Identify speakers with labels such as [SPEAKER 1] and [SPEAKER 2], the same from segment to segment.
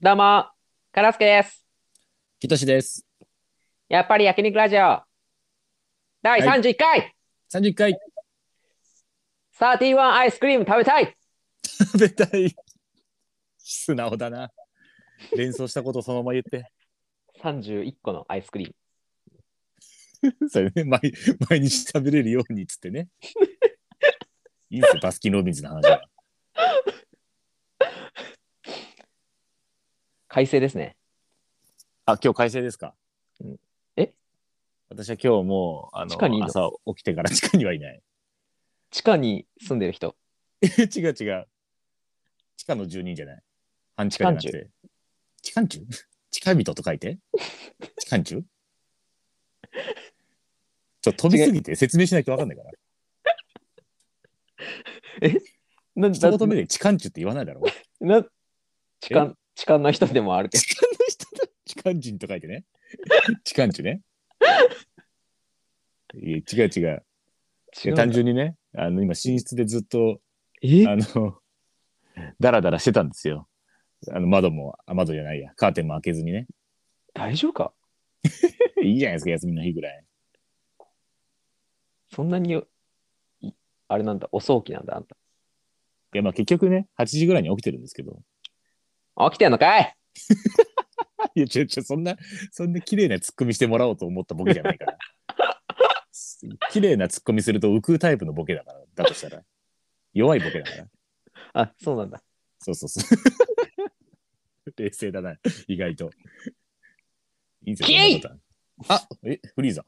[SPEAKER 1] どうも、カラスケです。
[SPEAKER 2] きとしです。
[SPEAKER 1] やっぱり焼肉ラジオ。第
[SPEAKER 2] はい
[SPEAKER 1] 31回、
[SPEAKER 2] 31回
[SPEAKER 1] 31アイスクリーム食べたい
[SPEAKER 2] 食べたい。素直だな。連想したことをそのまま言って。
[SPEAKER 1] !31 個のアイスクリーム。
[SPEAKER 2] それね、毎毎日食べれるようにっつってね。いいんですよ、バスキン・ロビンズの話は。
[SPEAKER 1] 快晴ですね。
[SPEAKER 2] あ、今日快晴ですか
[SPEAKER 1] うんえ
[SPEAKER 2] 私は今日もう、あ
[SPEAKER 1] 地下にいる
[SPEAKER 2] の、
[SPEAKER 1] の
[SPEAKER 2] 朝起きてから地下にはいない。
[SPEAKER 1] 地下に住んでる人、
[SPEAKER 2] 違う違う。地下の住人じゃない。半地下じゃなくて。地下中地下人と書いて。地下中 ちょっと飛びすぎて説明しないと分かんないから。
[SPEAKER 1] な
[SPEAKER 2] 一言目で痴漢中って言わないだろ。
[SPEAKER 1] な痴漢、痴漢の人でもあるけど、
[SPEAKER 2] 痴漢の人だ。痴漢人と書いてね。痴漢中ね。いや違う違う。
[SPEAKER 1] 違うんだ
[SPEAKER 2] 単純にね、あの今寝室でずっと、
[SPEAKER 1] え
[SPEAKER 2] あの、だらだらしてたんですよ。あの窓も、あ窓じゃないや、カーテンも開けずにね。
[SPEAKER 1] 大丈夫か
[SPEAKER 2] いいじゃないですか、休みの日ぐらい。
[SPEAKER 1] そんなによ、いあれなんだ、お早期なんだ、あんた。
[SPEAKER 2] いや、まあ結局ね、8時ぐらいに起きてるんですけど。
[SPEAKER 1] 起きてんのかい
[SPEAKER 2] いや、ちょ、ちょ、そんな、そんな綺麗なツッコミしてもらおうと思ったボケじゃないから。 綺麗なツッコミすると浮くタイプのボケだから、だとしたら。弱いボケだから。
[SPEAKER 1] あ、そうなんだ。
[SPEAKER 2] そうそうそう。 冷静だな、意外と。いいぜ、
[SPEAKER 1] キエイ
[SPEAKER 2] そんなことはあ、え、フリーザ。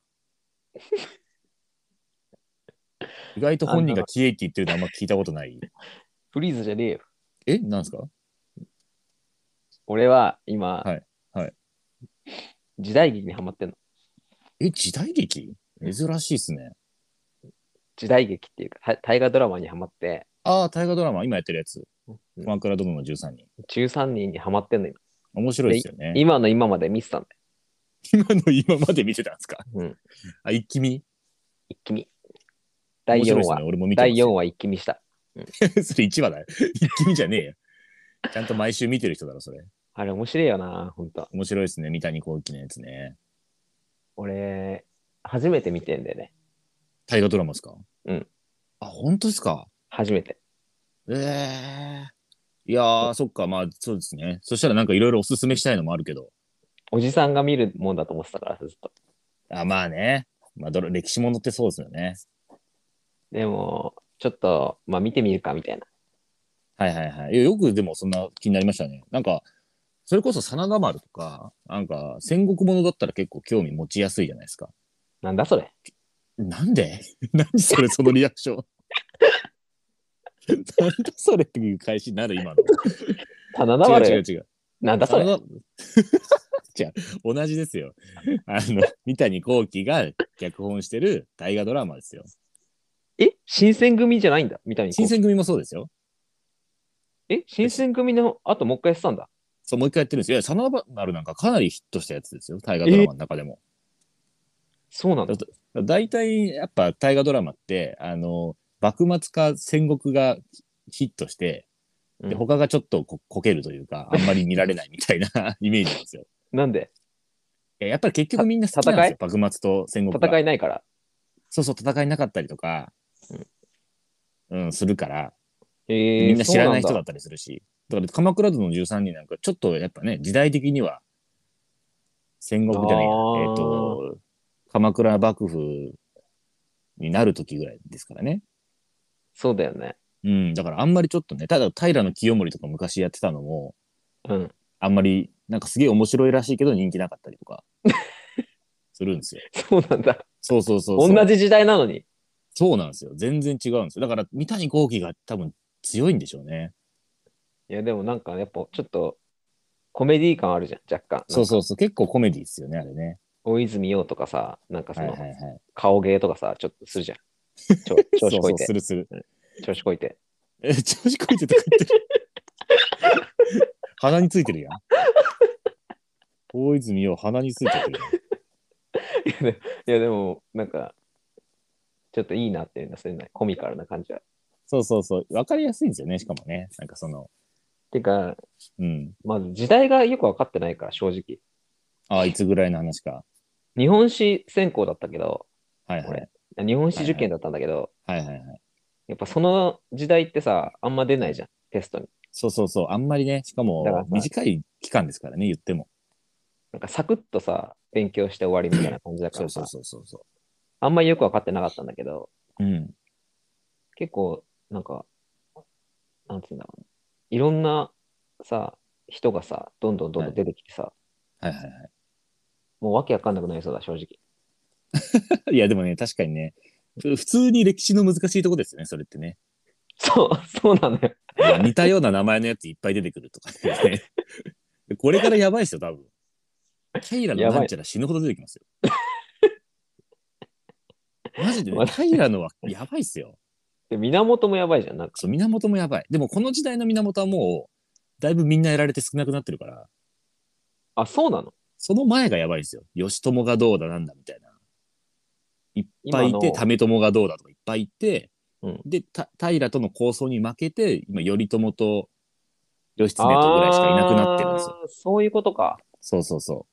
[SPEAKER 2] 意外と本人がキエイって言ってるのあんま聞いたことない。
[SPEAKER 1] フリーズじゃねえよ。
[SPEAKER 2] え、なんですか
[SPEAKER 1] 俺は今、
[SPEAKER 2] はいはい
[SPEAKER 1] 時代劇にハマってんの。
[SPEAKER 2] え、時代劇珍しいっすね。
[SPEAKER 1] 時代劇っていうか、た大河ドラマにハマって、
[SPEAKER 2] ああ、大河ドラマ、今やってるやつ。
[SPEAKER 1] うん
[SPEAKER 2] 鎌倉殿の13人。
[SPEAKER 1] 13人にハマってんの今。
[SPEAKER 2] 面白いですよね。
[SPEAKER 1] 今の今まで見てたんだよ。
[SPEAKER 2] 今の今まで見てたんですか
[SPEAKER 1] うん。
[SPEAKER 2] あ、一気見
[SPEAKER 1] 一気見。第4
[SPEAKER 2] 面白いっす
[SPEAKER 1] 話。
[SPEAKER 2] ね。俺も見てます
[SPEAKER 1] 第4話一気見した。
[SPEAKER 2] それ1話だよ。一気見じゃねえよ。ちゃんと毎週見てる人だろ、それ。
[SPEAKER 1] あれ面白いよな、ほんと。
[SPEAKER 2] 面白いですね。三谷幸喜のやつね。
[SPEAKER 1] 俺、初めて見てんだよね。
[SPEAKER 2] 大河ドラマですか
[SPEAKER 1] うん。
[SPEAKER 2] あ、本当ですか
[SPEAKER 1] 初めて。
[SPEAKER 2] ええいやー、そっか、まあ、そうですね。そしたらなんかいろいろおすすめしたいのもあるけど。
[SPEAKER 1] おじさんが見るもんだと思ってたから、ずっと。
[SPEAKER 2] あ、まあね。まあ、どれ歴史ものってそうですよね。
[SPEAKER 1] でも、ちょっと、まあ見てみるか、みたいな。
[SPEAKER 2] はいはいはい。いやよくでもそんな気になりましたね。なんか、それこそ真田丸とか、なんか戦国ものだったら結構興味持ちやすいじゃないですか。
[SPEAKER 1] なんだそれ。
[SPEAKER 2] なんで 何それそのリアクション。 なんだそれっていう返しになる今
[SPEAKER 1] 棚田
[SPEAKER 2] の。違う
[SPEAKER 1] 丸。
[SPEAKER 2] 違う違う。
[SPEAKER 1] なんだそれ。
[SPEAKER 2] の じゃあ同じですよ。あの、三谷幸喜が脚本してる大河ドラマですよ。
[SPEAKER 1] え新選組じゃないんだみたいに。
[SPEAKER 2] 新選組もそうですよ。
[SPEAKER 1] え新選組の後もう一回やってたんだ。
[SPEAKER 2] そう、もう一回やってるんですよ。いや、真田丸なんかかなりヒットしたやつですよ。大河ドラマの中でも。
[SPEAKER 1] そうなんだ。
[SPEAKER 2] 大体やっぱ大河ドラマってあの幕末か戦国がヒットして
[SPEAKER 1] うん
[SPEAKER 2] で他がちょっとここけるというかあんまり見られないみたいな イメージなんですよ。
[SPEAKER 1] なんで
[SPEAKER 2] いややっぱり結局みんな好きなんですよ幕末と戦国が
[SPEAKER 1] 戦いないから。
[SPEAKER 2] そうそう戦いなかったりとか、うんするから
[SPEAKER 1] えー、
[SPEAKER 2] みんな知らない
[SPEAKER 1] そ
[SPEAKER 2] 人
[SPEAKER 1] う
[SPEAKER 2] だ
[SPEAKER 1] ん
[SPEAKER 2] ったりするし、だから鎌倉殿の13人なんかちょっとやっぱね時代的には戦国じゃないや
[SPEAKER 1] あー
[SPEAKER 2] えっ、と鎌倉幕府になる時ぐらいですからね。
[SPEAKER 1] そうだよね。
[SPEAKER 2] うん、だからあんまりちょっとね、ただ平清盛とか昔やってたのも、
[SPEAKER 1] うん。
[SPEAKER 2] あんまり、なんかすげえ面白いらしいけど人気なかったり とか、するんですよ。
[SPEAKER 1] そうなんだ。
[SPEAKER 2] そうそうそうそう。
[SPEAKER 1] 同じ時代なのに。
[SPEAKER 2] そうなんですよ。全然違うんですよ。だから三谷幸喜が多分強いんでしょうね。
[SPEAKER 1] いや、でもなんかやっぱちょっとコメディ感あるじゃん、若干。
[SPEAKER 2] そう
[SPEAKER 1] う。
[SPEAKER 2] そうそう。結構コメディですよね、あれね。
[SPEAKER 1] 大泉洋とかさ、なんかそ
[SPEAKER 2] はいはい
[SPEAKER 1] の
[SPEAKER 2] はい。
[SPEAKER 1] 顔芸とかさ、ちょっとするじゃん。ちょ調
[SPEAKER 2] そ
[SPEAKER 1] 子こ
[SPEAKER 2] うそ、
[SPEAKER 1] いうて
[SPEAKER 2] す、るする。
[SPEAKER 1] 調子こいて。
[SPEAKER 2] え、調子こいてとか言って る。鼻についてるやん。大泉洋、鼻についてるや
[SPEAKER 1] い
[SPEAKER 2] ん。
[SPEAKER 1] やでいや、でもなんか、ちょっといいなっていうのはそれない。コミカルな感じは。
[SPEAKER 2] そうそうそう。わかりやすいんですよね、しかもね。なんかその、
[SPEAKER 1] てか、
[SPEAKER 2] うん。
[SPEAKER 1] まず時代がよく分かってないから、正直。
[SPEAKER 2] ああ、いつぐらいの話か。
[SPEAKER 1] 日本史専攻だったけど、
[SPEAKER 2] はいはい。
[SPEAKER 1] 俺日本史受験だったんだけど、
[SPEAKER 2] はいはいはい。
[SPEAKER 1] やっぱその時代ってさ、あんま出ないじゃん、テストに。
[SPEAKER 2] そうそうそう。あんまりね、しか
[SPEAKER 1] だから
[SPEAKER 2] も
[SPEAKER 1] さ
[SPEAKER 2] 短い期間ですからね、言っても。
[SPEAKER 1] なんかサクッとさ、勉強して終わりみたいな感じだか
[SPEAKER 2] そ
[SPEAKER 1] ら
[SPEAKER 2] う
[SPEAKER 1] さ
[SPEAKER 2] そう、そうそうそ
[SPEAKER 1] あんまりよく分かってなかったんだけど、
[SPEAKER 2] う。うん。
[SPEAKER 1] 結構、なんか、なんつうんだろう、いろんなさ、人がさ、どんどんどんどん出てきてさ、
[SPEAKER 2] はいはいは
[SPEAKER 1] もうわけわかんなくなりそうだ、正直。
[SPEAKER 2] い。いや、でもね、確かにね、ふ普通に歴史の難しいとこですよね、それってね。
[SPEAKER 1] そう、 そうなのよ。
[SPEAKER 2] 似たような名前のやついっぱい出てくるとかね。 これからやばいですよ、多分。タイラのなんちゃら死ぬほど出てきます よ。マジでね、タイラのはやばいっすよ。
[SPEAKER 1] で、源もやばいじゃん、なんか。
[SPEAKER 2] そう、源もやばい。でもこの時代の源はもう、だいぶみんなやられて少なくなってるから、
[SPEAKER 1] あ、そうなの
[SPEAKER 2] その前がやばいですよ。義朝がどうだなんだみたいな。いっぱいいて、
[SPEAKER 1] 今
[SPEAKER 2] 為朝がどうだとかいっぱいいて、
[SPEAKER 1] うん
[SPEAKER 2] で、た平との構想に負けて、今、頼朝と義経とぐらいしかいなくなってるんですよ。
[SPEAKER 1] あーそういうことか。
[SPEAKER 2] そうそうそ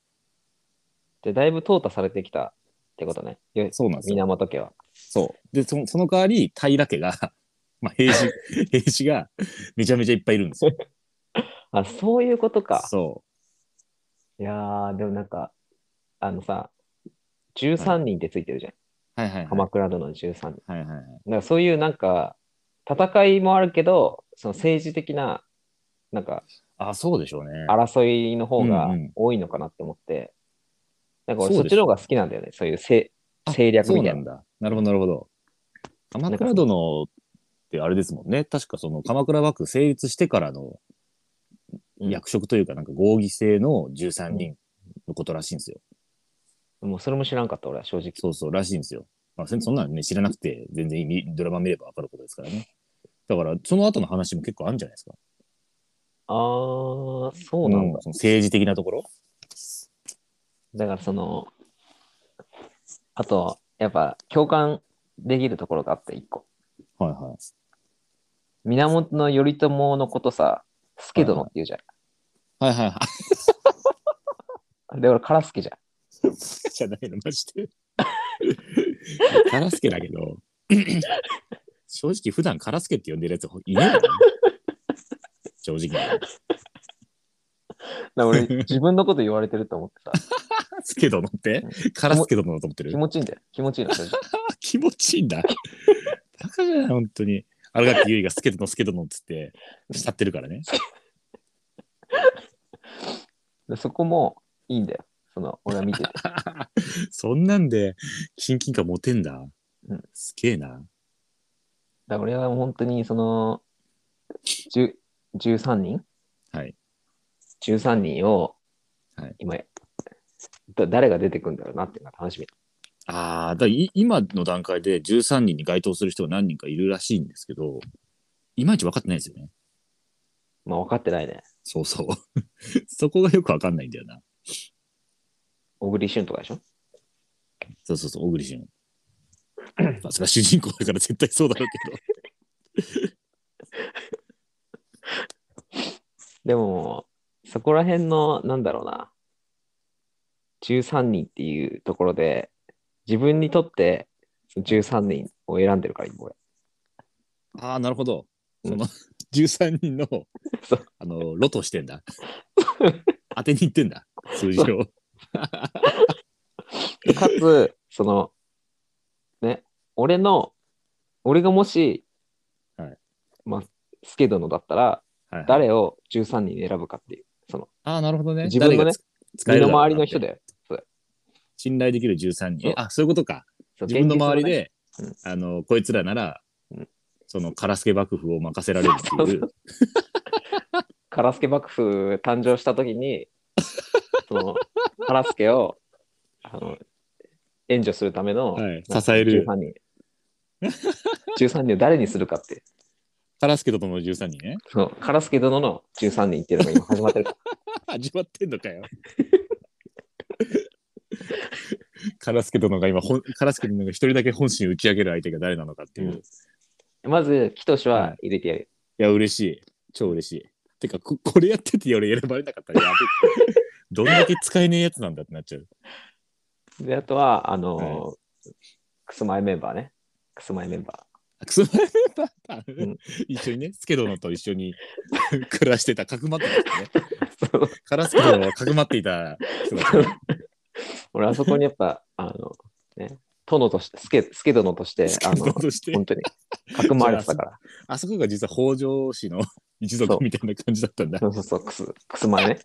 [SPEAKER 1] で、だいぶ淘汰されてきたってことね。よ
[SPEAKER 2] う。そうなんですよ。
[SPEAKER 1] 源家は。
[SPEAKER 2] そう。で、そのその代わり、平家が、 まあ、兵 士、兵士がめちゃめちゃいっぱいいるんですよ。
[SPEAKER 1] あ、そういうことか。
[SPEAKER 2] そ
[SPEAKER 1] いやー、でもなんか、あのさ、13人ってついてるじゃん。
[SPEAKER 2] う。はいはいはい。
[SPEAKER 1] 鎌倉殿の13人。だか
[SPEAKER 2] はいはいはい。
[SPEAKER 1] らそういうなんか、戦いもあるけど、その政治的な、なんか、
[SPEAKER 2] あ、そうでしょうね。
[SPEAKER 1] 争いの方が
[SPEAKER 2] うんうん
[SPEAKER 1] 多いのかなって思って、なんか俺そ
[SPEAKER 2] そ
[SPEAKER 1] うっ
[SPEAKER 2] です
[SPEAKER 1] ちの方が好きなんだよね。そういうせ
[SPEAKER 2] あ
[SPEAKER 1] 政略
[SPEAKER 2] そう
[SPEAKER 1] みた
[SPEAKER 2] ない
[SPEAKER 1] な。
[SPEAKER 2] んだ。なるほど、なるほど。鎌倉殿ってあれですもんね。確かその鎌倉幕府成立してからの
[SPEAKER 1] うん
[SPEAKER 2] 役職というか、なんか合議制の13人のことらしいんですよ。
[SPEAKER 1] もうそれも知らんかった、俺は正直。
[SPEAKER 2] そうそう、らしいんですよ。まあ、そそんなのね、知らなくて、全然いいドラマ見ればわかることですからね。だから、その後の話も結構あるんじゃないですか。
[SPEAKER 1] あー、そうなんだ。
[SPEAKER 2] その政治的なところ。
[SPEAKER 1] だからその、あと、やっぱ共感できるところがあって、一個。
[SPEAKER 2] はいはい。
[SPEAKER 1] 源頼朝のことさ、助殿って言うじゃん。
[SPEAKER 2] はいはいは
[SPEAKER 1] で、俺、からすけじゃん。
[SPEAKER 2] い。 じゃないの、マジ で。カラスケだけど、正直普段カラスケって呼んでるやついねえからね。正直に。
[SPEAKER 1] だから 俺、自分のこと言われてると思ってさ、
[SPEAKER 2] スケ殿ってカラスケ殿だと思ってる
[SPEAKER 1] 気。持ちいいんだよ。気持ちいいの、正直。
[SPEAKER 2] 気持ちいいんだ。バカじゃない、本当に。新垣結衣がスケ殿、スケ殿っつって、慕ってるからね。
[SPEAKER 1] でそこもいいんだよ。その、俺は 見てて。
[SPEAKER 2] そんなんで、親近感持てんだ
[SPEAKER 1] うん。
[SPEAKER 2] すげえな。
[SPEAKER 1] だから俺は本当にその、10 13人
[SPEAKER 2] はい。
[SPEAKER 1] ?13 人を、
[SPEAKER 2] はい
[SPEAKER 1] 今、だ誰が出てくるんだろうなっていうのが楽しみ。
[SPEAKER 2] ああ、だからい今の段階で13人に該当する人が何人かいるらしいんですけど、いまいち分かってないですよね。
[SPEAKER 1] まあ分かってないね。
[SPEAKER 2] そうそう。 そこがよく分かんないんだよな。
[SPEAKER 1] 小栗旬とかでしょ
[SPEAKER 2] そうそうそう、小栗旬。 まあ、それは主人公だから絶対そうだろうけど。
[SPEAKER 1] でも、そこら辺の、なんだろうな、13人っていうところで、自分にとってその13人を選んでるから、今俺。
[SPEAKER 2] ああ、なるほど。
[SPEAKER 1] うん
[SPEAKER 2] その 13人 の
[SPEAKER 1] そう、
[SPEAKER 2] あの、ロトしてん だ。当てに行ってんだ。数字を。
[SPEAKER 1] でかつ、その、ね、俺の、俺がもし、
[SPEAKER 2] はい
[SPEAKER 1] まあ、スケ殿だったら、
[SPEAKER 2] はいはい
[SPEAKER 1] 誰を13人に選ぶかっていう、その、
[SPEAKER 2] ああ、なるほどね。
[SPEAKER 1] 自分のね
[SPEAKER 2] 誰がつ使え
[SPEAKER 1] 身
[SPEAKER 2] るだ
[SPEAKER 1] の
[SPEAKER 2] ろうな
[SPEAKER 1] 回りの人
[SPEAKER 2] って。
[SPEAKER 1] で、
[SPEAKER 2] 信頼できる13人。
[SPEAKER 1] そう
[SPEAKER 2] えあ、そういうことか。
[SPEAKER 1] そう
[SPEAKER 2] 自分の周り、で、
[SPEAKER 1] 現実のね
[SPEAKER 2] あの、こいつらなら、
[SPEAKER 1] うん
[SPEAKER 2] その、カラスケ幕府を任せられる って
[SPEAKER 1] そうそ
[SPEAKER 2] いう
[SPEAKER 1] う。カラスケ幕府誕生した時に、その、カラスケを、あの、援助するための、
[SPEAKER 2] はい
[SPEAKER 1] なんか
[SPEAKER 2] 支える
[SPEAKER 1] 13人。13人を誰にするかって。
[SPEAKER 2] カラスケととの13人ね。
[SPEAKER 1] その、カラスケ殿の13人っていうのが今始まってるから。
[SPEAKER 2] 始まってんのかよ。カラスケ殿が今、ほんカラスケ殿が一人だけ本心打ち上げる相手が誰なのかってい
[SPEAKER 1] う
[SPEAKER 2] う。
[SPEAKER 1] ん
[SPEAKER 2] い
[SPEAKER 1] まず、キトシ
[SPEAKER 2] は
[SPEAKER 1] はい入れてやる。
[SPEAKER 2] や、嬉しい。超嬉しい。てかこ、これやってて俺選ばれなかったらやべえ。どんだけ使えねえやつなんだってなっちゃう。
[SPEAKER 1] で、あとは、あのークスマイメンバーね。クスマイメンバ
[SPEAKER 2] クソメンバ
[SPEAKER 1] うん
[SPEAKER 2] ー。一緒にね、スケ殿と一緒に 暮らしてた、かくまってた人ね。
[SPEAKER 1] ー。そう
[SPEAKER 2] カラスケ殿をかくまって いた人だったね
[SPEAKER 1] 俺、あそこにやっぱ、あの、ね、殿として、スケ、スケ殿として、
[SPEAKER 2] スケ
[SPEAKER 1] あの
[SPEAKER 2] 殿、として。
[SPEAKER 1] 本当に、かくまわれてたから。
[SPEAKER 2] あそこが実は北条氏の一族みたいな 感じだったんだ。
[SPEAKER 1] そうそうそう、クス、クスマイね。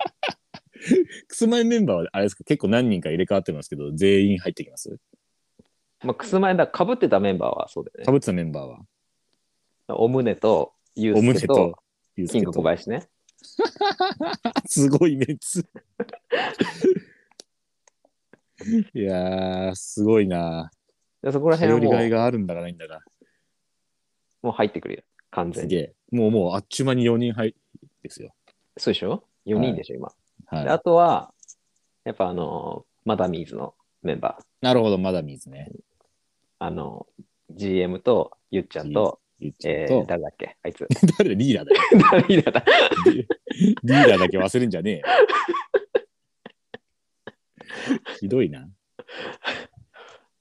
[SPEAKER 2] クスマイメンバーはあれですか結構何人か入れ替わってますけど、全員入ってきます
[SPEAKER 1] まあ、クスマイだ、かぶってたメンバーはそうだよ
[SPEAKER 2] か
[SPEAKER 1] ね。
[SPEAKER 2] ぶってたメンバーは。
[SPEAKER 1] お胸と、ユ
[SPEAKER 2] お
[SPEAKER 1] ース
[SPEAKER 2] 胸
[SPEAKER 1] ケ
[SPEAKER 2] と
[SPEAKER 1] と、
[SPEAKER 2] ユース
[SPEAKER 1] キ
[SPEAKER 2] ケ
[SPEAKER 1] ン
[SPEAKER 2] と
[SPEAKER 1] グ小林ね。
[SPEAKER 2] すごいメ ンツ。いやー、すごいな。
[SPEAKER 1] でそこら辺
[SPEAKER 2] 頼
[SPEAKER 1] は
[SPEAKER 2] り
[SPEAKER 1] も
[SPEAKER 2] がいうがあるんだかないんだか。
[SPEAKER 1] もう入ってくるよ。完
[SPEAKER 2] す
[SPEAKER 1] 全
[SPEAKER 2] げ
[SPEAKER 1] に。
[SPEAKER 2] え。もうもうあっちゅう間に4人入っですよ。
[SPEAKER 1] そうでしょ ?4 人でしょ、今。で
[SPEAKER 2] は
[SPEAKER 1] あとは、やっぱあのーマダミーズのメンバー。
[SPEAKER 2] い。なるほど、まだ水ね。
[SPEAKER 1] あのー GM と、ゆっちゃんと、
[SPEAKER 2] ゆっちゃ
[SPEAKER 1] え
[SPEAKER 2] ん
[SPEAKER 1] ー、
[SPEAKER 2] と、
[SPEAKER 1] 誰だっけあいつ。
[SPEAKER 2] 誰だリー ダーだよ。
[SPEAKER 1] 誰だった
[SPEAKER 2] リリーダーだけ忘れんじゃねえよ。ひどいな。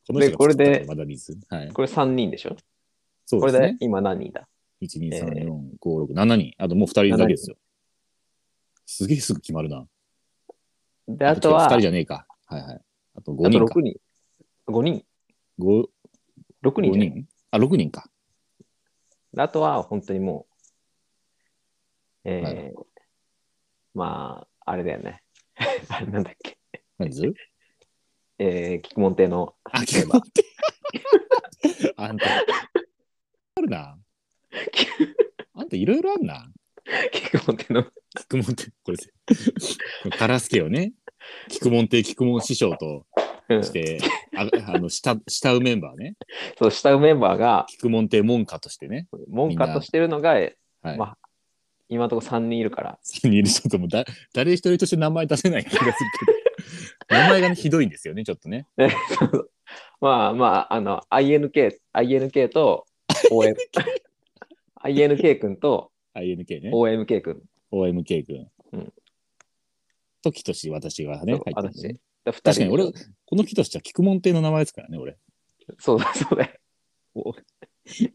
[SPEAKER 2] この人が作ったんだ
[SPEAKER 1] でこれで
[SPEAKER 2] まだ水。はい。
[SPEAKER 1] これ3人でしょ
[SPEAKER 2] そう
[SPEAKER 1] これ
[SPEAKER 2] です
[SPEAKER 1] で
[SPEAKER 2] ね。
[SPEAKER 1] 今何人だ
[SPEAKER 2] 1、2、3、4、5、6、7人。あともう2人だけですよ。すげえすぐ決まるな。
[SPEAKER 1] で、あとは、
[SPEAKER 2] 2人
[SPEAKER 1] あ
[SPEAKER 2] じゃねえか。はいはい。あと
[SPEAKER 1] と
[SPEAKER 2] 5人か
[SPEAKER 1] 6。人。5人。
[SPEAKER 2] 5
[SPEAKER 1] 6人
[SPEAKER 2] 人
[SPEAKER 1] じゃない
[SPEAKER 2] 人あ、6人か。
[SPEAKER 1] であとは、本当にもう、えー
[SPEAKER 2] は
[SPEAKER 1] まあ、あれだよね。 あれなんだっけ。
[SPEAKER 2] 何する
[SPEAKER 1] えー、キクモンテの、
[SPEAKER 2] あ、決まって。 あんた。あるな。あんたいろいろあんな。
[SPEAKER 1] キクモンテの、
[SPEAKER 2] 菊門って、これです。カラスケをね、菊門って菊門師匠と
[SPEAKER 1] うん
[SPEAKER 2] し、て、ああの、下、下うメンバーね。
[SPEAKER 1] そう、下メンバーが、
[SPEAKER 2] 菊門って門下としてね。
[SPEAKER 1] 門下としてるのが、
[SPEAKER 2] はい。
[SPEAKER 1] まあ今のところ3人いるから、
[SPEAKER 2] 3人いる人ともだ、誰一人として名前出せない気がするけど。 名前がね、ひどいんですよね、ちょっとね。
[SPEAKER 1] ねまあまあ、あの、INK、INK と OM、INK 君と
[SPEAKER 2] INK ね。
[SPEAKER 1] OMK 君、
[SPEAKER 2] OMK 君。
[SPEAKER 1] うん。
[SPEAKER 2] と、きとし、私がね、入ってるね
[SPEAKER 1] 私。二人
[SPEAKER 2] 確かに俺、このきとしは菊門亭の名前ですからね、俺。
[SPEAKER 1] そうだ、そうだよ。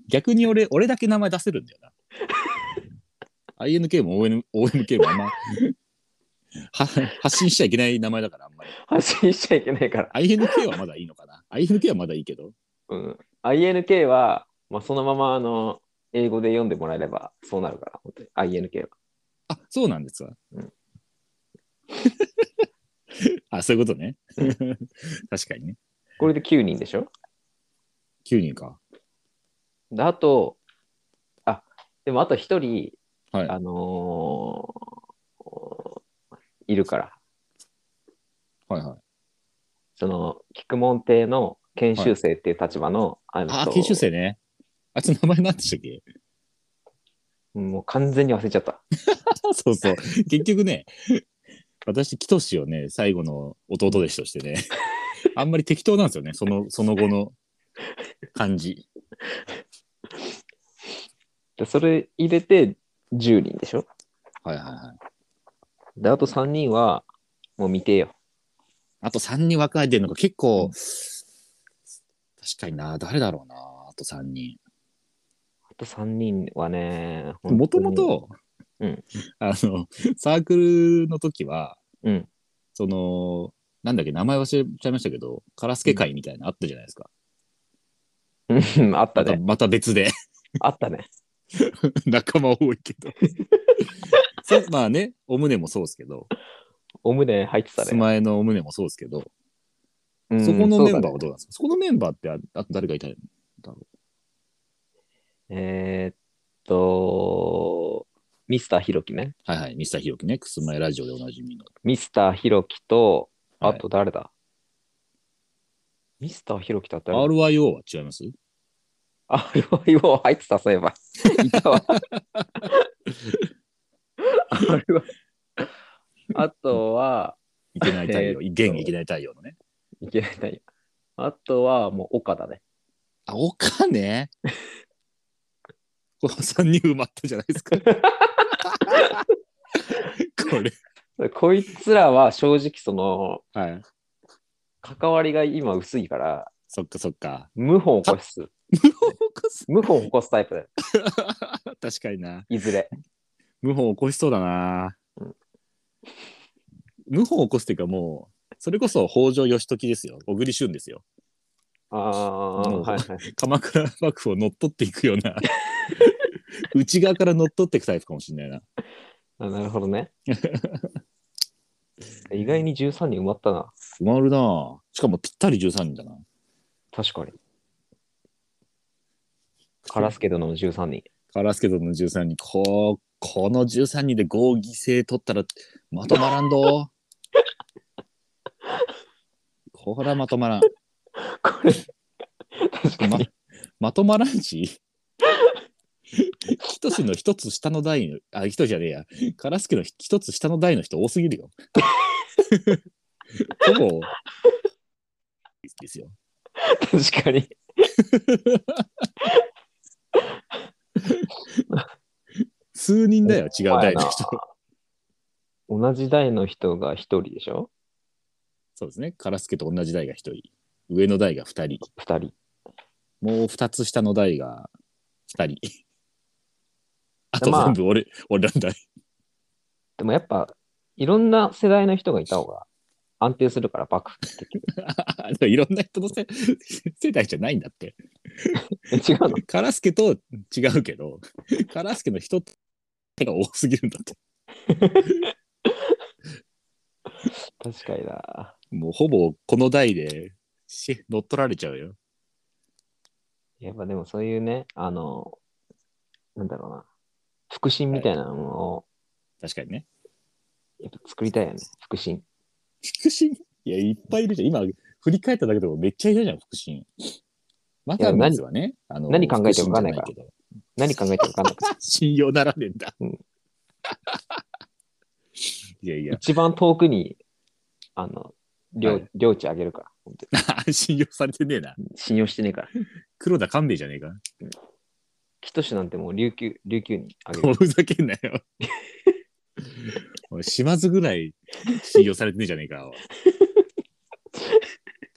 [SPEAKER 2] 逆に俺、俺だけ名前出せるん だよな。INK も ON OMK もあんま、は発信しちゃいけない名前だから、あんまり。
[SPEAKER 1] 発信しちゃいけないから。
[SPEAKER 2] INK はまだいいのかな。INK はまだいいけど。
[SPEAKER 1] うん。INK は、まあ、そのまま、あの、英語で読んでもらえれば、そうなるから、本当に。INK は。
[SPEAKER 2] あ、そうなんですわ。
[SPEAKER 1] うん
[SPEAKER 2] あ、そういうことね。 確かにね。
[SPEAKER 1] これで9人でしょ
[SPEAKER 2] 9人か。
[SPEAKER 1] で、あと、あ、でもあと1人、
[SPEAKER 2] はい
[SPEAKER 1] あのーいるから、
[SPEAKER 2] はいはい。
[SPEAKER 1] その、菊門亭の研修生っていう立場の、あの
[SPEAKER 2] あ、
[SPEAKER 1] 人
[SPEAKER 2] 研修生ね。あいつ名前なんでした っけ
[SPEAKER 1] もう完全に忘れちゃった。
[SPEAKER 2] そうそう。結局ね、私、キトシをね、最後の弟弟子として ね、あんまり適当なんですよね、その、その後の感じ。
[SPEAKER 1] で、それ入れて10人でしょ
[SPEAKER 2] はいはいはい。
[SPEAKER 1] で、あと3人は、もう未定よ。
[SPEAKER 2] あと3人若いでるのが結構、確かにな、誰だろうな、あと3人。
[SPEAKER 1] あと3人はね、
[SPEAKER 2] もとも
[SPEAKER 1] 本
[SPEAKER 2] と、
[SPEAKER 1] うん
[SPEAKER 2] あの、サークルの時は、
[SPEAKER 1] 当に、うん、
[SPEAKER 2] その、なんだっけ、名前忘れちゃいましたけど、カラスケ会みたいなのあったじゃないですか。
[SPEAKER 1] うんあった
[SPEAKER 2] また
[SPEAKER 1] ね。
[SPEAKER 2] また別で。
[SPEAKER 1] あったね。
[SPEAKER 2] 仲間多いけ どそうまあねお胸もそうですけど
[SPEAKER 1] お胸入ってた
[SPEAKER 2] す
[SPEAKER 1] ね。
[SPEAKER 2] まえのお胸もそうですけど、
[SPEAKER 1] うん
[SPEAKER 2] そこのメ
[SPEAKER 1] そうだ
[SPEAKER 2] ンバー
[SPEAKER 1] ね
[SPEAKER 2] はどうなんですかそ,、このメンバーってああと誰がいたの
[SPEAKER 1] えーっと、ミスターひろきね。
[SPEAKER 2] はいはいミスターひろきねくすまえラジオでおなじみの
[SPEAKER 1] ミスターひろきと、
[SPEAKER 2] は
[SPEAKER 1] あ
[SPEAKER 2] い
[SPEAKER 1] と誰だ、ミスターひろきだった
[SPEAKER 2] RYO は違います
[SPEAKER 1] あ、RYO 入ってた、そういえ ば。いたわ。RYO あとは、
[SPEAKER 2] いけない太 陽、
[SPEAKER 1] えーっと
[SPEAKER 2] 現いけない太陽のね
[SPEAKER 1] いけないな。あとは、もう、岡だね。
[SPEAKER 2] あお かね この3人埋まったじゃないですか俺。
[SPEAKER 1] こいつらは正直その、
[SPEAKER 2] はい。
[SPEAKER 1] 関わりが今薄いから、
[SPEAKER 2] そっかそっか。
[SPEAKER 1] 謀反を起こす、謀反を起こすタイプだよ、
[SPEAKER 2] 確かにな。
[SPEAKER 1] いずれ。
[SPEAKER 2] 謀反起こしそうだな
[SPEAKER 1] うん。
[SPEAKER 2] 謀反起こすっていうかもう、それこそ北条義時ですよ。小栗旬ですよ。
[SPEAKER 1] ああ、
[SPEAKER 2] うん
[SPEAKER 1] はいはい。
[SPEAKER 2] 鎌倉幕府を乗っ取っていくよう な内側から乗っ取っていくタイプかもしれないな
[SPEAKER 1] あなるほどね。意外に13人埋まったな。
[SPEAKER 2] 埋まるなしかもぴったり13人だな
[SPEAKER 1] 確かに。カラスケ殿の13人。
[SPEAKER 2] カラスケ殿の13人ここの13人で合議制取ったらまとまらんど ほらまとまらん
[SPEAKER 1] これ、確か
[SPEAKER 2] ま
[SPEAKER 1] に。
[SPEAKER 2] まとまらんし。 ひとしの一つ下の台の、あ、ひとしじゃねえや。カラスケの一つ下の台の人多すぎるよ。 ほぼ、ですよ。
[SPEAKER 1] 確かに。
[SPEAKER 2] 数人だよ、違う台の人。
[SPEAKER 1] 同じ代の人が1人でしょ
[SPEAKER 2] そうですね。カラスケと同じ台が一人。上の台が二人。
[SPEAKER 1] ?2 人。
[SPEAKER 2] もう二つ下の台が二 人。あと
[SPEAKER 1] まあ
[SPEAKER 2] 全部俺、俺らの台。
[SPEAKER 1] でもやっぱ、いろんな世代の人がいた方が安定するから、幕府結 局。
[SPEAKER 2] でもいろんな人のせ世代じゃないんだって。
[SPEAKER 1] え違うの
[SPEAKER 2] カラスケと違うけど、カラスケの人が多すぎるんだって。
[SPEAKER 1] 確かにな。
[SPEAKER 2] もうほぼこの代でし乗っ取られちゃうよ。
[SPEAKER 1] やっぱでもそういうね、あの、なんだろうな。腹心みたいなのを、
[SPEAKER 2] 確かにね。
[SPEAKER 1] やっぱ作りたいよね。腹心。
[SPEAKER 2] 腹心いや、いっぱいいるじゃん。今、振り返っただけでもめっちゃいるじゃん、腹心。またのやつはね、あの
[SPEAKER 1] 何考えても分かんないから
[SPEAKER 2] 腹心じゃけど
[SPEAKER 1] 何考えてるか分かんなくて。
[SPEAKER 2] 信用ならねえんだ。
[SPEAKER 1] うん
[SPEAKER 2] いや いや、
[SPEAKER 1] 一番遠くに、あの、領,、
[SPEAKER 2] はい
[SPEAKER 1] 領地あげるから。本当に
[SPEAKER 2] 信用されてねえな。
[SPEAKER 1] 信用してねえから。
[SPEAKER 2] 黒田勘兵衛じゃねえか。
[SPEAKER 1] キトシなんてもう琉球、琉球にあげ
[SPEAKER 2] も
[SPEAKER 1] る。
[SPEAKER 2] うふざけ んなよ。おい島津ぐらい信用されてねえじゃねえか。おい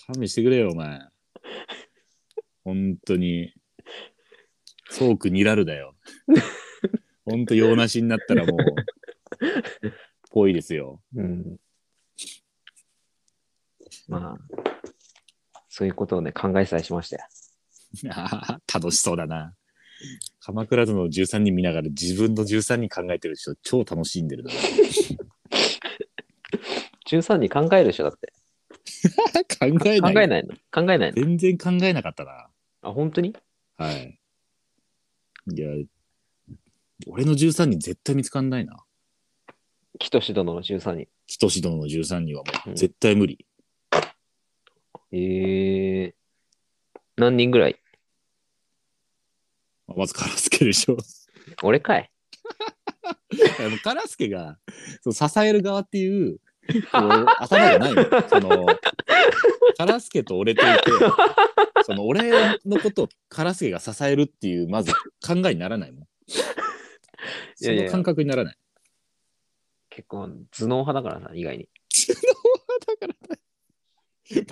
[SPEAKER 2] 勘弁してくれよ、お前。本当に。ソークにらるだよ。本当用なしになったら もう、ぽいですよ。
[SPEAKER 1] うん。まあ、そういうことをね、考えさえしましたよ。
[SPEAKER 2] あー 楽しそうだな。鎌倉殿の13人見ながら自分の13人考えてる人超楽しんでる な。
[SPEAKER 1] 13に考えるでしょ、だって。
[SPEAKER 2] 考え
[SPEAKER 1] 考
[SPEAKER 2] ない。
[SPEAKER 1] えないの考えないの
[SPEAKER 2] 全然考えなかったな。
[SPEAKER 1] あ、本当に
[SPEAKER 2] はい。いや、俺の13人絶対見つかんないな。
[SPEAKER 1] キトシ殿の13人。
[SPEAKER 2] キトシ殿の13人は
[SPEAKER 1] う
[SPEAKER 2] も
[SPEAKER 1] ん
[SPEAKER 2] う絶対無理。
[SPEAKER 1] ええ何人ぐらい
[SPEAKER 2] まあまずカラスケでしょ。
[SPEAKER 1] 俺かい。
[SPEAKER 2] あのカラスケがそう支える側っていうこう頭がないの。そのカラスケと俺といて、その俺のことをカラスケが支えるっていう、まず考えにならないもん。
[SPEAKER 1] い
[SPEAKER 2] そ
[SPEAKER 1] やいや
[SPEAKER 2] の感覚にならない。
[SPEAKER 1] 結構、頭脳派だからな、意外に。
[SPEAKER 2] 頭脳派だからね。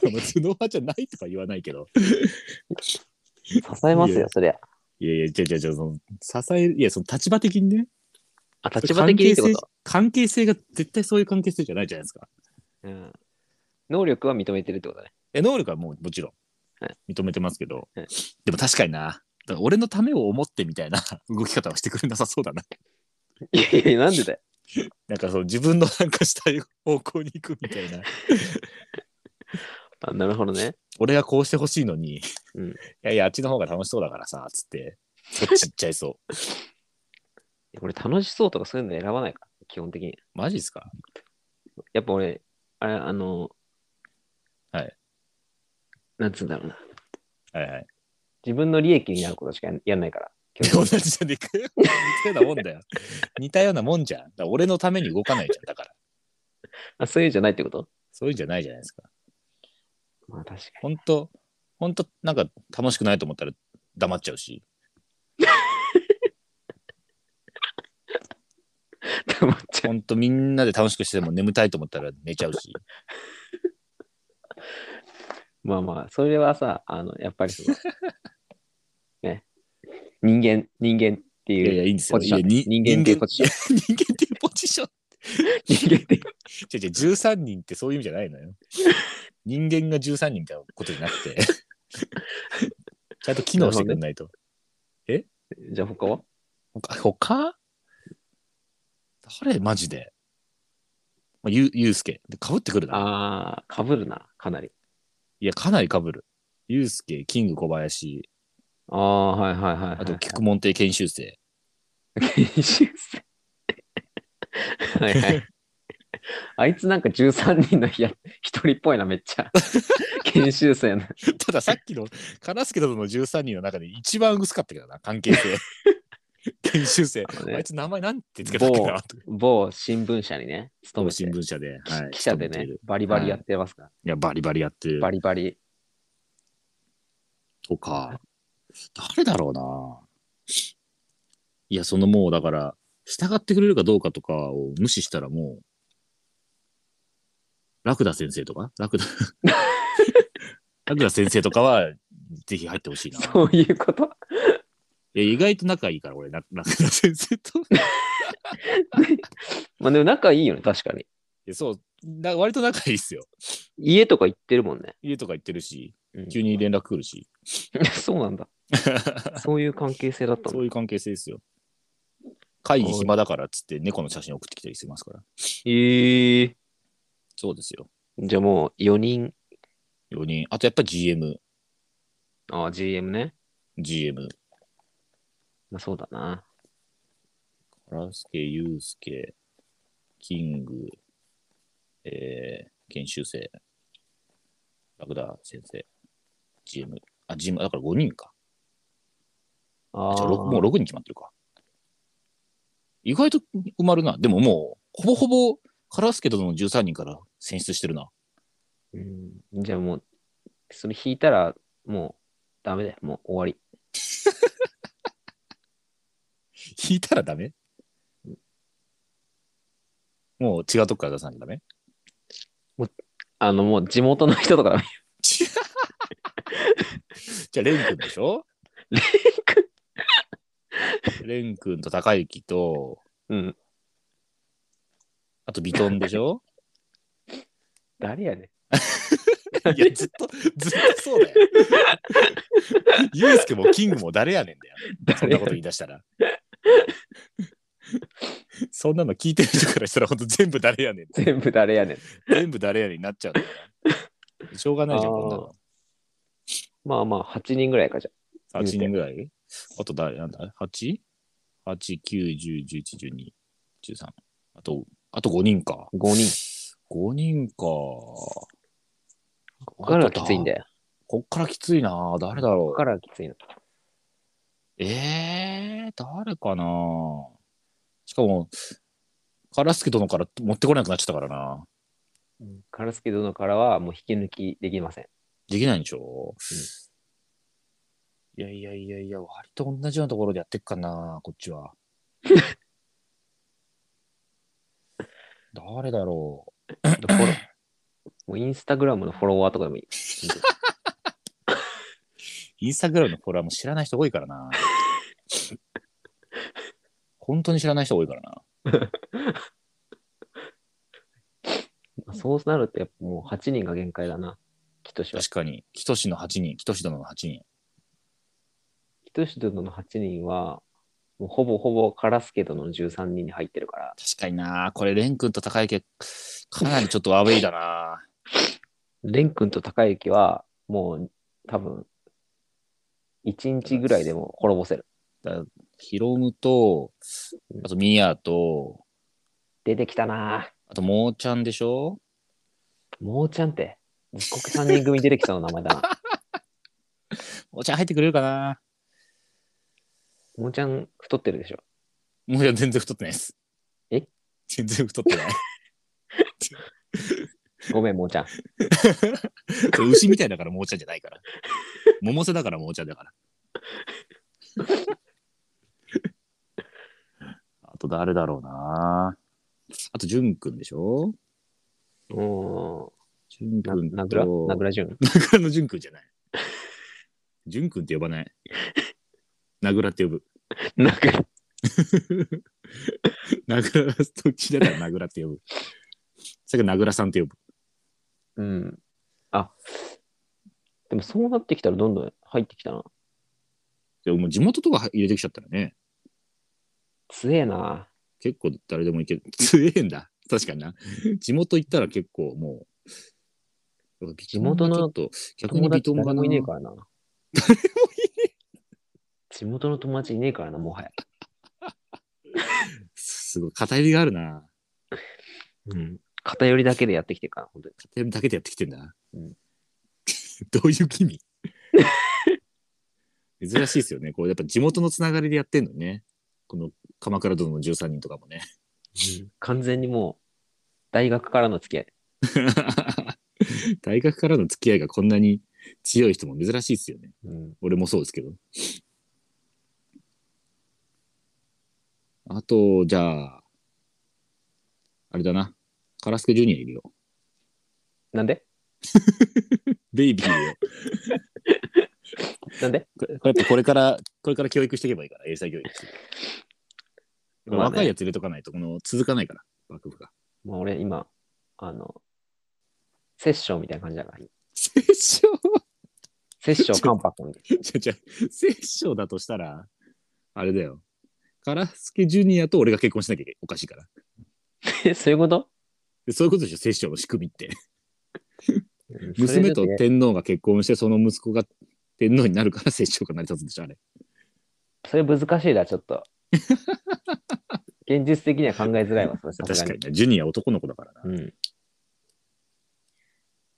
[SPEAKER 2] まあまあ頭脳派じゃないとか言わないけど。
[SPEAKER 1] 支えます
[SPEAKER 2] い
[SPEAKER 1] よ
[SPEAKER 2] や、
[SPEAKER 1] そりゃ。
[SPEAKER 2] いやいや、じゃじゃじゃその、支える、いや、その立場的にね。
[SPEAKER 1] あ、立場的にってこと
[SPEAKER 2] 関係性関係性が絶対そういう関係性じゃないじゃないですか。
[SPEAKER 1] うん。能力は認めてるってことね。
[SPEAKER 2] え、能力はもうもちろ
[SPEAKER 1] は
[SPEAKER 2] ん、認めてますけど、
[SPEAKER 1] はい
[SPEAKER 2] でも確かにな、だから俺のためを思ってみたいな 動き方はしてくれなさそうだな。
[SPEAKER 1] いやいや、なんでだよ。
[SPEAKER 2] なんかそう、自分のなんかしたい方向に行くみ たいな。
[SPEAKER 1] あなるほどね。
[SPEAKER 2] 俺がこうしてほしいのに、
[SPEAKER 1] うん
[SPEAKER 2] いやいや、あっちの方が楽しそうだからさ、つって、そっち行っちゃいそう。
[SPEAKER 1] 俺楽しそうとかそういうの選ばないから、基本的に。
[SPEAKER 2] マジですか
[SPEAKER 1] やっぱ俺、あれ、あの、
[SPEAKER 2] はい。
[SPEAKER 1] なんつうんだろうな。
[SPEAKER 2] は いはい。
[SPEAKER 1] 自分の利益になることしかやんやんないから。基
[SPEAKER 2] 同
[SPEAKER 1] 本的
[SPEAKER 2] じじゃねえか。似たようなもんだよ。似たようなもんじゃん。だから俺のために動かないじゃん。だから。
[SPEAKER 1] あ、そういうじゃないってこと
[SPEAKER 2] そういうんじゃないじゃないですか。
[SPEAKER 1] まあ確か
[SPEAKER 2] 本当本当なんか楽しくないと思ったら黙っちゃうし。
[SPEAKER 1] に。 止まっちゃ
[SPEAKER 2] ほんとみんなで楽しくしてても眠たいと思ったら寝ちゃうし。
[SPEAKER 1] う。まあまあ、それはさ、あの、やっぱりそ の、ね、人間、人間って
[SPEAKER 2] い
[SPEAKER 1] いう
[SPEAKER 2] やいや、いいんですよ。
[SPEAKER 1] ポジション
[SPEAKER 2] いやに
[SPEAKER 1] 人間っていうポジショ
[SPEAKER 2] ン。人間っていうポジション。
[SPEAKER 1] 人間って
[SPEAKER 2] 違う違う、13人ってそういう意味じゃないのよ。人間が13人みたいなことじゃなくて。ちゃんと機能してくんないと。
[SPEAKER 1] じゃあ他は
[SPEAKER 2] 他他誰マジで。まあ、ゆゆうすけ。かぶってくるな。
[SPEAKER 1] ああ、かぶるな、かなり。
[SPEAKER 2] いや、かなりかぶる。ゆうすけ、キング小林、
[SPEAKER 1] ああ、はいはいはい、はい。
[SPEAKER 2] あと、菊門亭研修生。
[SPEAKER 1] 研修生。はいはい。あいつなんか13人のや一人っぽいな、めっちゃ。研修生の。
[SPEAKER 2] たださっきの、からすけとの13人の中で一番薄かったけどな、関係 性。研修生。
[SPEAKER 1] あの
[SPEAKER 2] あ
[SPEAKER 1] ね
[SPEAKER 2] い、つ名前なんてつけたっけなと。
[SPEAKER 1] 某新聞社にね、勤
[SPEAKER 2] 某
[SPEAKER 1] めて
[SPEAKER 2] 新、聞社で、はい、
[SPEAKER 1] 記者で
[SPEAKER 2] 勤めてい
[SPEAKER 1] ね
[SPEAKER 2] る、
[SPEAKER 1] バリバリやってますから、
[SPEAKER 2] いや、バリバリやってる
[SPEAKER 1] バ。リバリ。
[SPEAKER 2] とか、誰だろうな。いや、そのもうだから、従ってくれるかどうかとかを無視したらもう、ラクダ先生とかラクダ。 ラクダ先生とかは、ぜひ入ってほしいな。
[SPEAKER 1] そういうこと
[SPEAKER 2] いや意外と仲いいから、俺、ララクダ先生と。い
[SPEAKER 1] まあでも仲いいよね、確かに。
[SPEAKER 2] やそう、な割と仲いいっすよ。
[SPEAKER 1] 家とか行ってるもんね。
[SPEAKER 2] 家とか行ってるし、
[SPEAKER 1] うん
[SPEAKER 2] 急に連絡来るし。
[SPEAKER 1] そうなん だ。そういう関係性だった
[SPEAKER 2] そ
[SPEAKER 1] の。
[SPEAKER 2] ういう関係性ですよ。会議暇だからっつって猫の写真送ってきたりしてますから。
[SPEAKER 1] ええ
[SPEAKER 2] そうですよ。
[SPEAKER 1] じゃあもう4人、
[SPEAKER 2] 4人。あとやっぱ GM、
[SPEAKER 1] ああ、GM ね。
[SPEAKER 2] GM。
[SPEAKER 1] まあそうだな。
[SPEAKER 2] カラスケ、ユウスケ、キング、えー、研修生、ラクダ先生、GM。あ、GM、だから5人か。
[SPEAKER 1] あ
[SPEAKER 2] あ
[SPEAKER 1] あ
[SPEAKER 2] じゃあろくもう6人決まってるか。意外と埋まるな。でももう、ほぼほぼ、カラスケとの13人から選出してるな。
[SPEAKER 1] うんじゃあもう、それ引いたらもうダメだよ。もう終わ
[SPEAKER 2] 引いたらダメもう違うとこから出さなきゃダメ
[SPEAKER 1] り。あのもう地元の人とかダメ。
[SPEAKER 2] じゃあ、レン君でしょ
[SPEAKER 1] レン
[SPEAKER 2] レン君と高雪と、
[SPEAKER 1] うん。
[SPEAKER 2] あとビトンで しょ
[SPEAKER 1] 誰やね
[SPEAKER 2] いや、ずっと、ずっとそうだよ。ユースケもキングも誰やねんだよ。
[SPEAKER 1] ん。
[SPEAKER 2] そん
[SPEAKER 1] 誰
[SPEAKER 2] な
[SPEAKER 1] や
[SPEAKER 2] こと
[SPEAKER 1] ねん
[SPEAKER 2] 言い出したら。そんなの聞いてる人からしたら、ほんと全部誰やねん。
[SPEAKER 1] 全部誰やねん。
[SPEAKER 2] 全部誰やねんになっちゃうんだから。しょうがないじゃん、こんなの。
[SPEAKER 1] まあまあ、8人ぐらいかじゃ
[SPEAKER 2] 8人ぐらいあと誰なんだ ?8?8、8 9、10、11、12、13。あと、あと5人か。
[SPEAKER 1] あ。5人。
[SPEAKER 2] 5人か。
[SPEAKER 1] こっからがきついんだよ。
[SPEAKER 2] こっからきついな。誰だ
[SPEAKER 1] こ
[SPEAKER 2] ろ
[SPEAKER 1] っ
[SPEAKER 2] う。
[SPEAKER 1] からがきついの。
[SPEAKER 2] えー、誰かな。しかも、カラスケ殿から持ってこれなくなっちゃったからな。
[SPEAKER 1] カラスケ殿からはもう引き抜きでき ません。
[SPEAKER 2] できないんでしょ、いやいやいやいや、割と同じようなところでやってっかな、こっち は。誰だろう
[SPEAKER 1] フォローもうインスタグラムのフォロワーとかでもいい。
[SPEAKER 2] インスタグラムのフォロワーも知らない人多いからな。本当に知らない人多いからな。
[SPEAKER 1] まあそうなると、やっぱもう8人が限界だな。きとしは。
[SPEAKER 2] 確かに。キトシの8人、キトシ殿の8人。
[SPEAKER 1] きとし殿の8人は、もうほぼほぼカラスケ殿の13人に入ってるから、
[SPEAKER 2] 確かにな。これ、レン君と高池、かなりちょっとアウェイだな。
[SPEAKER 1] レン君と高雪は、もう多分、1日ぐらいでもう滅ぼせる。
[SPEAKER 2] ヒロムと、あとミヤと、
[SPEAKER 1] 出てきたな
[SPEAKER 2] あとモーちゃんでしょ
[SPEAKER 1] ぁ。もうちゃんって、一国3人組出てきそうな名前だな。
[SPEAKER 2] モーちゃん入ってくれるかな
[SPEAKER 1] もうちゃん太ってるでしょ。
[SPEAKER 2] もういや全然太ってないです。
[SPEAKER 1] え
[SPEAKER 2] 全然太ってない。
[SPEAKER 1] ごめん、もうちゃん。
[SPEAKER 2] それ牛みたいだから、モーちゃんじゃないから。桃瀬だから、モーちゃんだ から。あと誰だろうなあと、淳くんでしょ
[SPEAKER 1] お
[SPEAKER 2] 淳
[SPEAKER 1] ー
[SPEAKER 2] くんと、
[SPEAKER 1] な、名倉 名倉淳。
[SPEAKER 2] 名倉の淳くんじゃない。淳くんって呼ばない。名倉って呼ぶ。
[SPEAKER 1] 名倉。
[SPEAKER 2] 名倉がどっちだったら名倉って呼ぶ。それから名倉さんって呼ぶ。
[SPEAKER 1] うん。あ、でもそうなってきたらどんどん入ってきたな。
[SPEAKER 2] でももう地元とか入れてきちゃったらね、
[SPEAKER 1] 強えな。
[SPEAKER 2] 結構誰でもいける。強えんだ。確かにな。地元行ったら結構もう。
[SPEAKER 1] 地元の
[SPEAKER 2] ちょっと逆に微糖
[SPEAKER 1] 友達
[SPEAKER 2] が
[SPEAKER 1] 誰
[SPEAKER 2] な
[SPEAKER 1] もいねえから な。誰もいねえ。地元の友達いねえからな、もはや。
[SPEAKER 2] すごい偏りがあるな。
[SPEAKER 1] うん。偏りだけでやってきてるから、本当に。
[SPEAKER 2] 偏りだけでやってきてん だ。
[SPEAKER 1] うん
[SPEAKER 2] どういう気味 珍しいですよね。これやっぱ地元のつながりでやってんのね。この鎌倉殿の13人とかもね。
[SPEAKER 1] 完全にもう、大学からの付き合い。
[SPEAKER 2] 大学からの付き合いがこんなに強い人も珍しいですよね。
[SPEAKER 1] うん。
[SPEAKER 2] 俺もそうですけど。あと、じゃあ、あれだな。カラスケジュニアいるよ。
[SPEAKER 1] なんで
[SPEAKER 2] ベイビーを。
[SPEAKER 1] なんで
[SPEAKER 2] これこれやっぱこれから、これから教育していけばいいから、英才教育して。
[SPEAKER 1] まあね
[SPEAKER 2] 若いやつ入れとかないと、この続かないから、幕府が。
[SPEAKER 1] もう俺今、あの、セッションみたいな感じだから。
[SPEAKER 2] 聖書
[SPEAKER 1] セッション関白みたい
[SPEAKER 2] じゃじゃ聖書だとしたら、あれだよ。カラスケジュニアと俺が結婚しなきゃおかしいから。
[SPEAKER 1] な。え そういうこと
[SPEAKER 2] でそういうことでしょ、聖書の仕組みって。
[SPEAKER 1] うん
[SPEAKER 2] 娘
[SPEAKER 1] そ
[SPEAKER 2] と
[SPEAKER 1] れだて
[SPEAKER 2] 天皇が結婚して、その息子が天皇になるから摂政が成り立つんでしょ、あれ。
[SPEAKER 1] それ難しいな、ちょっ と。現実的には考えづらいわ、それさ
[SPEAKER 2] 確
[SPEAKER 1] す
[SPEAKER 2] か
[SPEAKER 1] が
[SPEAKER 2] にね、ジュニア男の子だからな。
[SPEAKER 1] に。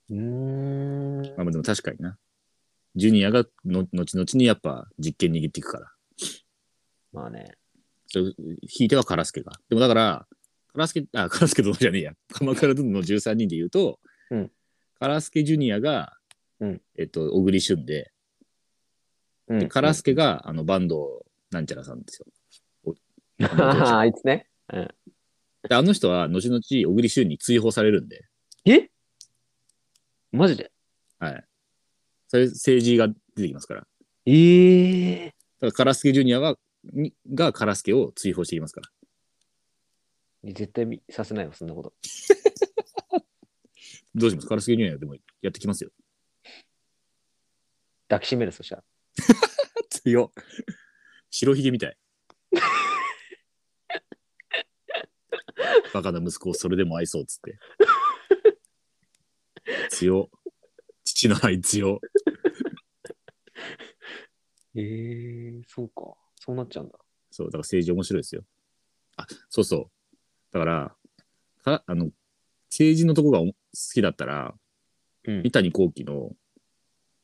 [SPEAKER 1] うん。うーん。
[SPEAKER 2] まあまあでも確かにな。ジュニアがの後々にやっぱ実権握っていくから。
[SPEAKER 1] まあね。
[SPEAKER 2] それ引いてはカラスケが。でもだから、カラスケ、あ、カラスケ殿じゃねえや。鎌倉殿の13人で言うと、
[SPEAKER 1] うん
[SPEAKER 2] カラスケジュニアが、
[SPEAKER 1] うん
[SPEAKER 2] えっと、小栗旬で、
[SPEAKER 1] う
[SPEAKER 2] で
[SPEAKER 1] ん、
[SPEAKER 2] カラスケが、あの、バンドなんちゃらさん ですよ。
[SPEAKER 1] うん。 ああ、あいつね。うん。
[SPEAKER 2] で、あの人は後々小栗旬に追放されるんで、
[SPEAKER 1] えマジで
[SPEAKER 2] はい。それ政治が出てきますから。だ
[SPEAKER 1] ええ
[SPEAKER 2] からカラスケジュニアはにがカラスケを追放していきますから。
[SPEAKER 1] 絶対見させないわ、そんなこと。
[SPEAKER 2] どうしますカラスケジュニアでもやってきますよ。
[SPEAKER 1] 抱きしめる、そしたら。
[SPEAKER 2] 強白ひげみたい。バカな息子をそれでも愛そうっつって。強。父の愛強。
[SPEAKER 1] ええそうか。そうなっちゃうんだ。
[SPEAKER 2] そう、だから政治面白いですよ。あ、そうそう。だから、かあの、政治のとこがお好きだったら、
[SPEAKER 1] うん
[SPEAKER 2] 三。谷幸喜の、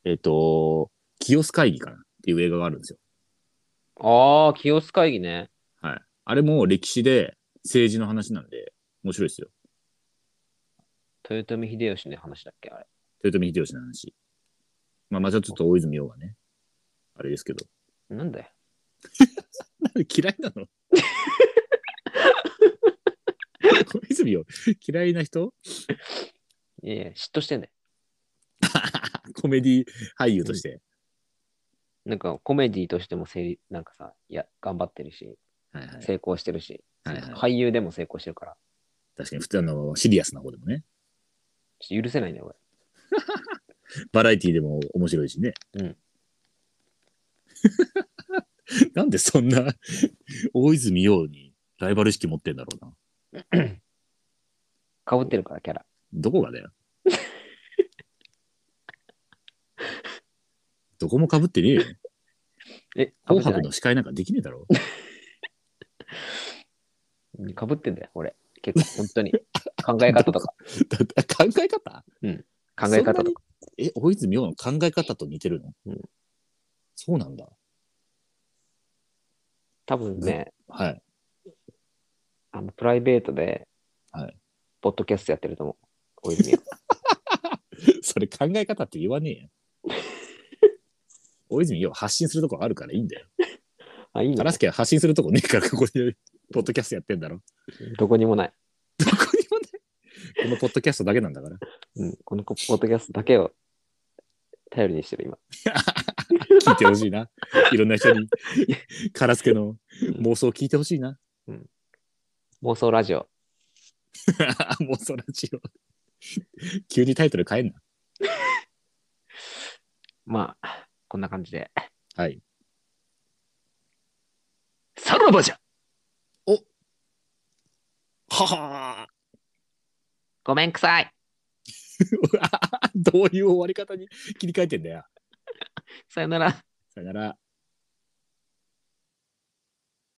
[SPEAKER 2] えっ、と、清須会議かなっていう映画があるんですよ。
[SPEAKER 1] ああ、清須会議ね。
[SPEAKER 2] はい。あれも歴史で政治の話なんで、面白いですよ。
[SPEAKER 1] 豊臣秀吉の話だっけ、あれ。
[SPEAKER 2] 豊臣秀吉の話。まあ、まあ、ちょっと大泉洋がね、あれですけど。
[SPEAKER 1] なんだよ。
[SPEAKER 2] 嫌いな の小泉洋、嫌いな人
[SPEAKER 1] いやいや、嫉妬してんだよ。
[SPEAKER 2] コメディ俳優として。
[SPEAKER 1] なんかコメディとしても成立、なんかさ、いや、頑張ってるし、
[SPEAKER 2] はいはい。
[SPEAKER 1] 成功してるし、
[SPEAKER 2] はいはい
[SPEAKER 1] 俳優でも成功してるから、
[SPEAKER 2] 確かに、普通あの、シリアスな方でもね。
[SPEAKER 1] ちょっと許せないんだよ、俺。
[SPEAKER 2] バラエティでも面白いしね。
[SPEAKER 1] うん。
[SPEAKER 2] なんでそんな大泉洋にライバル意識持ってんだろうな。
[SPEAKER 1] かぶってるから、キャラ。
[SPEAKER 2] どこが だよ。どこも被ってねえよ。
[SPEAKER 1] え、かぶってない
[SPEAKER 2] 紅白の司会なんかできねえだろ。
[SPEAKER 1] うんかぶってんだよ、俺。結構、本当に。考え方とか、
[SPEAKER 2] だって 考え
[SPEAKER 1] 考
[SPEAKER 2] 方
[SPEAKER 1] え方
[SPEAKER 2] そんな
[SPEAKER 1] と
[SPEAKER 2] に
[SPEAKER 1] か。
[SPEAKER 2] え、大泉洋の考え方と似てるの、
[SPEAKER 1] うん
[SPEAKER 2] そうなんだ。
[SPEAKER 1] 多分ね、
[SPEAKER 2] はい。
[SPEAKER 1] あのプライベートで、
[SPEAKER 2] はい
[SPEAKER 1] ポッドキャストやってると思う。大泉洋
[SPEAKER 2] それ考え方って言わねえよ。 大泉洋発信するとこあるからいいんだよ。
[SPEAKER 1] あ、いいね
[SPEAKER 2] カ ラ。スケは発信するとこねえからここでポッドキャストやってんだろ。
[SPEAKER 1] どこにもない。
[SPEAKER 2] このポッドキャストだけなんだから。
[SPEAKER 1] うん、このポッドキャストだけを頼りにしてる今。
[SPEAKER 2] 聞いてほし いな。いろんな人に、カラスケの
[SPEAKER 1] うん
[SPEAKER 2] 妄想を聞いてほしいな。
[SPEAKER 1] 妄想ラジオ。
[SPEAKER 2] 妄想ラジオ。急にタイトル変えんな。
[SPEAKER 1] まあ、こんな感じで。
[SPEAKER 2] はい。
[SPEAKER 1] さらばじゃ
[SPEAKER 2] は は
[SPEAKER 1] ごめんくさい
[SPEAKER 2] ーどういう終わり方に切り替えてんだよ。
[SPEAKER 1] さよなら。
[SPEAKER 2] さよなら。